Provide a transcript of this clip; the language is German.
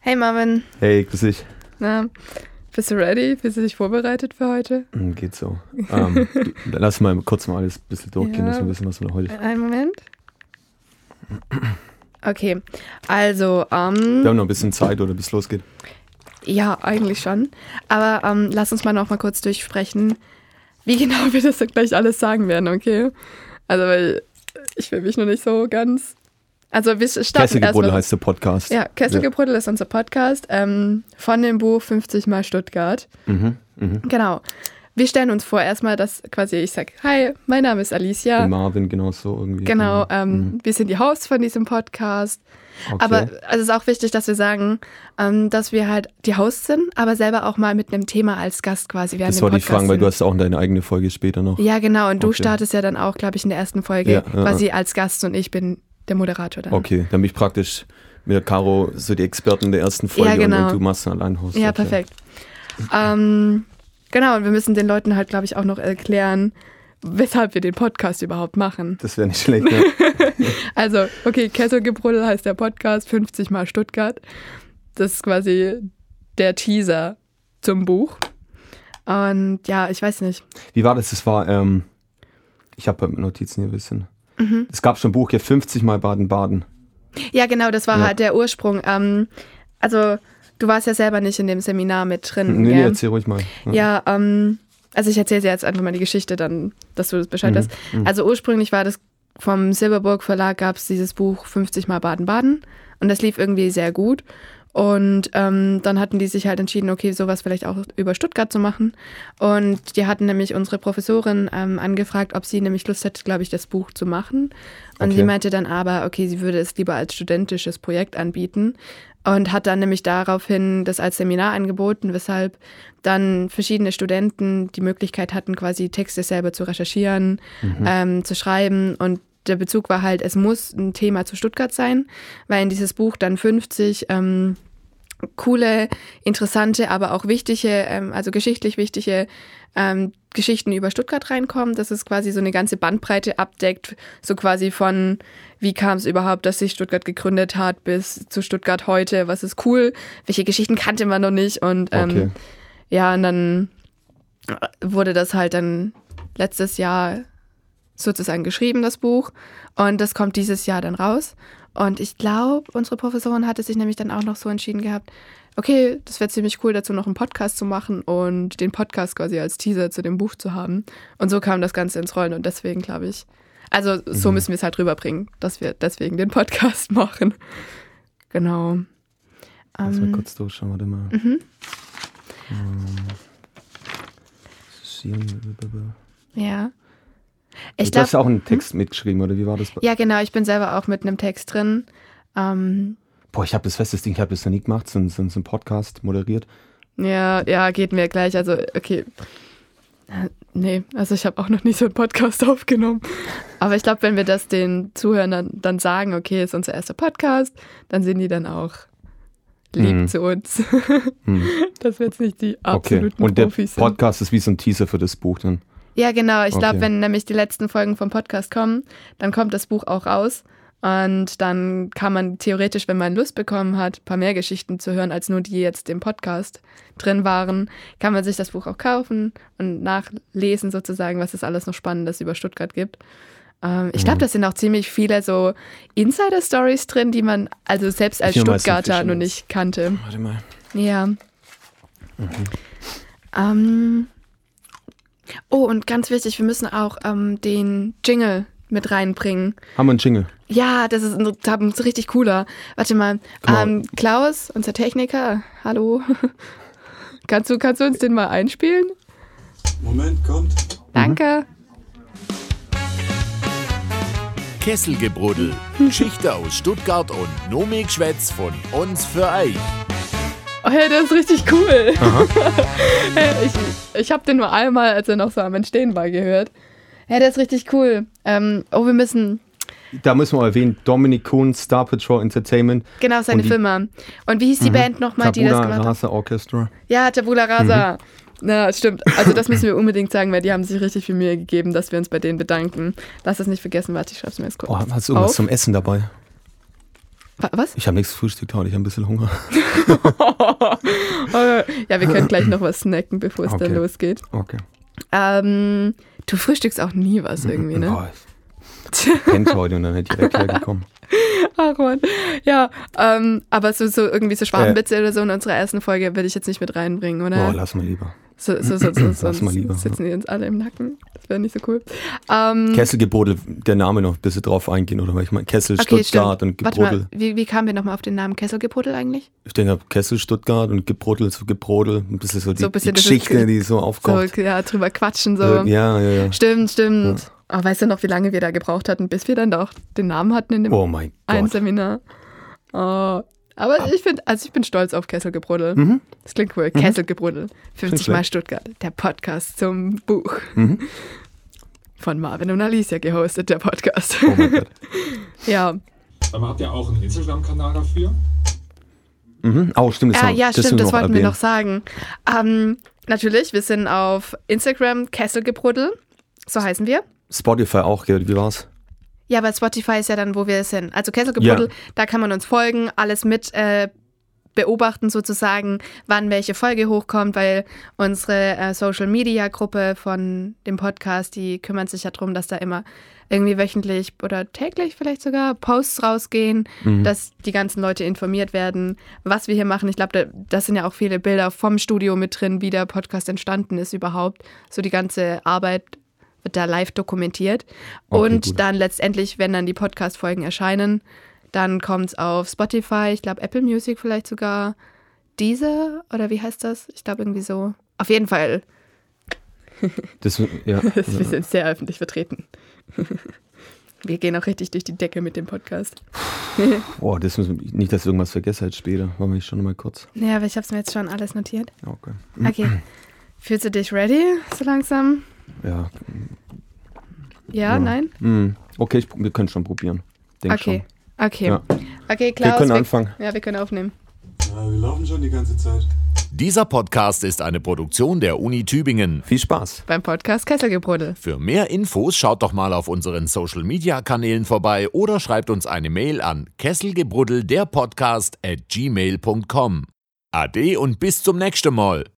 Hey Marvin, Hey, grüß dich. na, bist du ready? Bist du dich vorbereitet für heute? Hm, Geht so. Ähm, du, dann lass mal kurz mal alles ein bisschen durchgehen, Ja. dass wir wissen, was wir heute. Einen Moment. Okay, also, ähm, Wir haben noch ein bisschen Zeit, oder bis es losgeht. ja, eigentlich schon. Aber ähm, lass uns mal noch mal kurz durchsprechen, wie genau wir das dann gleich alles sagen werden, okay? Also, weil ich will mich noch nicht so ganz. Also, wir starten Kesselgebrudel erstmal. heißt der Podcast. Ja, Kesselgebrüdel ist unser Podcast ähm, von dem Buch 50 mal Stuttgart. Mhm, mhm. Genau. Wir stellen uns vor erstmal, dass quasi ich sage, hi, mein Name ist Alicia. Und Marvin, genau so irgendwie. Genau, ähm, wir sind die Hosts von diesem Podcast. Mhm. Okay. Aber also es ist auch wichtig, dass wir sagen, ähm, dass wir halt die Hosts sind, aber selber auch mal mit einem Thema als Gast quasi während das dem wollte ich Podcast fragen, weil du sind. hast auch deine eigene Folge später noch. Ja, genau. Und du Okay. startest ja dann auch, glaube ich, in der ersten Folge Ja, ja, quasi als Gast und ich bin der Moderator dann. Okay, dann bin ich praktisch mit der Caro so die Experten der ersten Folge und- genau. und du machst dann allein Host. Ja, Okay. perfekt. Ähm, genau, und wir müssen den Leuten halt, glaube ich, auch noch erklären, weshalb wir den Podcast überhaupt machen. Das wäre nicht schlecht. Ne? Also, okay, Kesselgebrudel heißt der Podcast 50 mal Stuttgart. Das ist quasi der Teaser zum Buch. Und ja, ich weiß nicht. Wie war das? Das war, ähm, ich habe Notizen hier ein bisschen. Mhm. Es gab schon ein Buch, ja, 50 Mal Baden-Baden. Ja, genau, das war Ja. halt der Ursprung. Ähm, also, du warst ja selber nicht in dem Seminar mit drin. Nee, nee, gell? erzähl ruhig mal. Mhm, Ja, ähm, also ich erzähle dir jetzt einfach mal die Geschichte, dann, dass du das Bescheid Mhm, hast. Also ursprünglich war das vom Silberburg Verlag gab es dieses Buch 50 Mal Baden-Baden und das lief irgendwie sehr gut. Und ähm, dann hatten die sich halt entschieden, okay, sowas vielleicht auch über Stuttgart zu machen. Und die hatten nämlich unsere Professorin ähm, angefragt, ob sie nämlich Lust hätte, glaube ich, das Buch zu machen. Und Okay. sie meinte dann aber, okay, sie würde es lieber als studentisches Projekt anbieten und hat dann nämlich daraufhin das als Seminar angeboten, weshalb dann verschiedene Studenten die Möglichkeit hatten, quasi Texte selber zu recherchieren, ähm, zu schreiben und der Bezug war halt, es muss ein Thema zu Stuttgart sein, weil in dieses Buch dann 50 ähm, coole, interessante, aber auch wichtige, ähm, also geschichtlich wichtige ähm, Geschichten über Stuttgart reinkommen, dass es quasi so eine ganze Bandbreite abdeckt, so quasi von wie kam es überhaupt, dass sich Stuttgart gegründet hat, bis zu Stuttgart heute, was ist cool, welche Geschichten kannte man noch nicht und ähm, Okay. ja, und dann äh, wurde das halt dann letztes Jahr sozusagen geschrieben, das Buch. Und das kommt dieses Jahr dann raus. Und ich glaube, unsere Professorin hatte sich nämlich dann auch noch so entschieden gehabt, okay, das wäre ziemlich cool, dazu noch einen Podcast zu machen und den Podcast quasi als Teaser zu dem Buch zu haben. Und so kam das Ganze ins Rollen und deswegen glaube ich, also so müssen wir es halt rüberbringen, dass wir deswegen den Podcast machen. Genau. Lass Ähm, mhm. mal kurz durchschauen, warte mal. Ähm, Schienen- Ja. Ich du hast glaube, auch einen Text mitgeschrieben, oder wie war das? Mhm. ja genau, ich bin selber auch mit einem Text drin. Ähm, Boah, ich habe das festes Ding, ich habe das noch nie gemacht, so, ein- so, ein- so ein Podcast moderiert. ja, ja, geht mir gleich. Also, okay. Äh, Nee, also ich habe auch noch nie so einen Podcast aufgenommen. Aber ich glaube, wenn wir das den Zuhörern dann, dann sagen, okay, ist unser erster Podcast, dann sind die dann auch lieb Mhm. zu uns. Hm. Das wird jetzt nicht die Okay. absoluten Und der Profis sind. Podcast ist wie so ein Teaser für das Buch dann. Ja, genau. Ich glaube, Okay. wenn nämlich die letzten Folgen vom Podcast kommen, dann kommt das Buch auch raus. Und dann kann man theoretisch, wenn man Lust bekommen hat, ein paar mehr Geschichten zu hören, als nur die jetzt im Podcast drin waren, kann man sich das Buch auch kaufen und nachlesen sozusagen, was es alles noch Spannendes über Stuttgart gibt. Ähm, ich glaube, da sind auch ziemlich viele so Insider-Stories drin, die man also selbst als Ich nehme mal so ein Stuttgarter Fischen noch jetzt. nicht kannte. Warte mal. Ja. Ähm, oh, und ganz wichtig, wir müssen auch ähm, den Jingle mit reinbringen. Haben wir einen Jingle? Ja, das ist ein, das ist richtig cooler. Warte mal. Genau. Ähm, Klaus, unser Techniker, hallo. kannst, du, kannst du uns den mal einspielen? Moment, kommt. Danke. Kesselgebrudel. Geschichte aus Stuttgart und Nomikschwätz von uns für euch. Oh ja, das ist richtig cool. ich ich habe den nur einmal, als er noch so am Entstehen war, gehört. Ja, das ist richtig cool. Ähm, oh, wir müssen, Da müssen wir erwähnen, Dominic Kuhn, Star Patrol Entertainment, Genau, seine Und die- Mhm. Filme. Und wie hieß die Band nochmal, die das Tabula gemacht hat? Rasa Mhm. Orchestra. Ja, Tabula Rasa. Na, stimmt. Also das müssen wir unbedingt sagen, weil die haben sich richtig viel Mühe gegeben, dass wir uns bei denen bedanken. Lass das nicht vergessen, warte, ich schreib's mir jetzt kurz. Oh, hast du irgendwas auf. zum Essen dabei? Wa- Was? Ich habe nichts gefrühstückt heute, ich habe ein bisschen Hunger. Oh, ja, wir können gleich noch was snacken, bevor es dann Okay. losgeht. Okay. Ähm, du frühstückst auch nie was irgendwie, ne? Boah, ich pennt heute und dann hätte ich direkt hergekommen. Ach Mann. Oh Ja, ähm, aber so, so irgendwie so Schwabenwitze Äh. oder so in unserer ersten Folge würde ich jetzt nicht mit reinbringen, Boah, oder? lass mal lieber. so, so, so, so, sonst Oh, mal lieber, sitzen die uns alle im Nacken. Das wäre nicht so cool. Ähm, Kesselgebrodel, der Name noch ein bisschen drauf eingehen, oder? Weil ich meine, Kessel, okay, Stuttgart stimmt. und Warte mal, Gebrodel. wie, wie kamen wir nochmal auf den Namen Kesselgebrodel eigentlich? Ich denke, Kessel, Stuttgart und Gebrodel zu Gebrodel. Ein bisschen so die, So ein bisschen die das ist- Geschichte, die So, so aufkommt. ja, drüber quatschen, so. Äh, Ja, ja, ja. Stimmt, stimmt. Oh, weißt du noch, wie lange wir da gebraucht hatten, bis wir dann doch den Namen hatten in dem Oh mein ein Gott. Seminar. Oh. Aber ich finde, also ich bin stolz auf Kesselgebruddel. Das klingt cool. Kesselgebruddel. 50 Mal Mhm. schlecht. Mhm. Stuttgart. Der Podcast zum Buch. Von Marvin und Alicia gehostet, der Podcast. Oh mein Gott. ja. Aber habt ihr auch einen Instagram-Kanal dafür? Mhm. Oh, stimmt, das, Ah, haben- ja, das stimmt, müssen das wollten wir erwähnen. noch sagen. Ähm, natürlich, wir sind auf Instagram Kesselgebruddel. So heißen wir. Spotify auch, gell? Wie war's? Ja, bei Spotify ist ja dann, wo wir sind. Also Kesselgebruddel, Ja. da kann man uns folgen, alles mit äh, beobachten sozusagen, wann welche Folge hochkommt, weil unsere äh, Social Media Gruppe von dem Podcast, die kümmert sich ja darum, dass da immer irgendwie wöchentlich oder täglich vielleicht sogar Posts rausgehen, Mhm. dass die ganzen Leute informiert werden, was wir hier machen. Ich glaube, da, da sind ja auch viele Bilder vom Studio mit drin, wie der Podcast entstanden ist überhaupt. So die ganze Arbeit wird da live dokumentiert. Okay, Und gut. dann letztendlich, wenn dann die Podcast-Folgen erscheinen, dann kommt es auf Spotify, ich glaube Apple Music vielleicht sogar, Deezer oder wie heißt das? Ich glaube irgendwie so. Auf jeden Fall, Das, ja. wir sind sehr öffentlich vertreten. Wir gehen auch richtig durch die Decke mit dem Podcast. Boah, das müssen wir, nicht, dass ich irgendwas vergesse halt später. Machen wir schon mal kurz. Ja, aber ich habe es mir jetzt schon alles notiert. Ja, Okay. Okay. Fühlst du dich ready so langsam? Ja. Ja, Ja. nein? Mhm. Okay, ich, wir können schon probieren. Denk Okay. Okay. Ja. Okay, Klaus. können anfangen. Ja, wir können aufnehmen. Ja, wir laufen schon die ganze Zeit. Dieser Podcast ist eine Produktion der Uni Tübingen. Viel Spaß. Beim Podcast Kesselgebruddel. Für mehr Infos schaut doch mal auf unseren Social Media Kanälen vorbei oder schreibt uns eine Mail an kesselgebruddel der Podcast at gmail.com. Ade und bis zum nächsten Mal.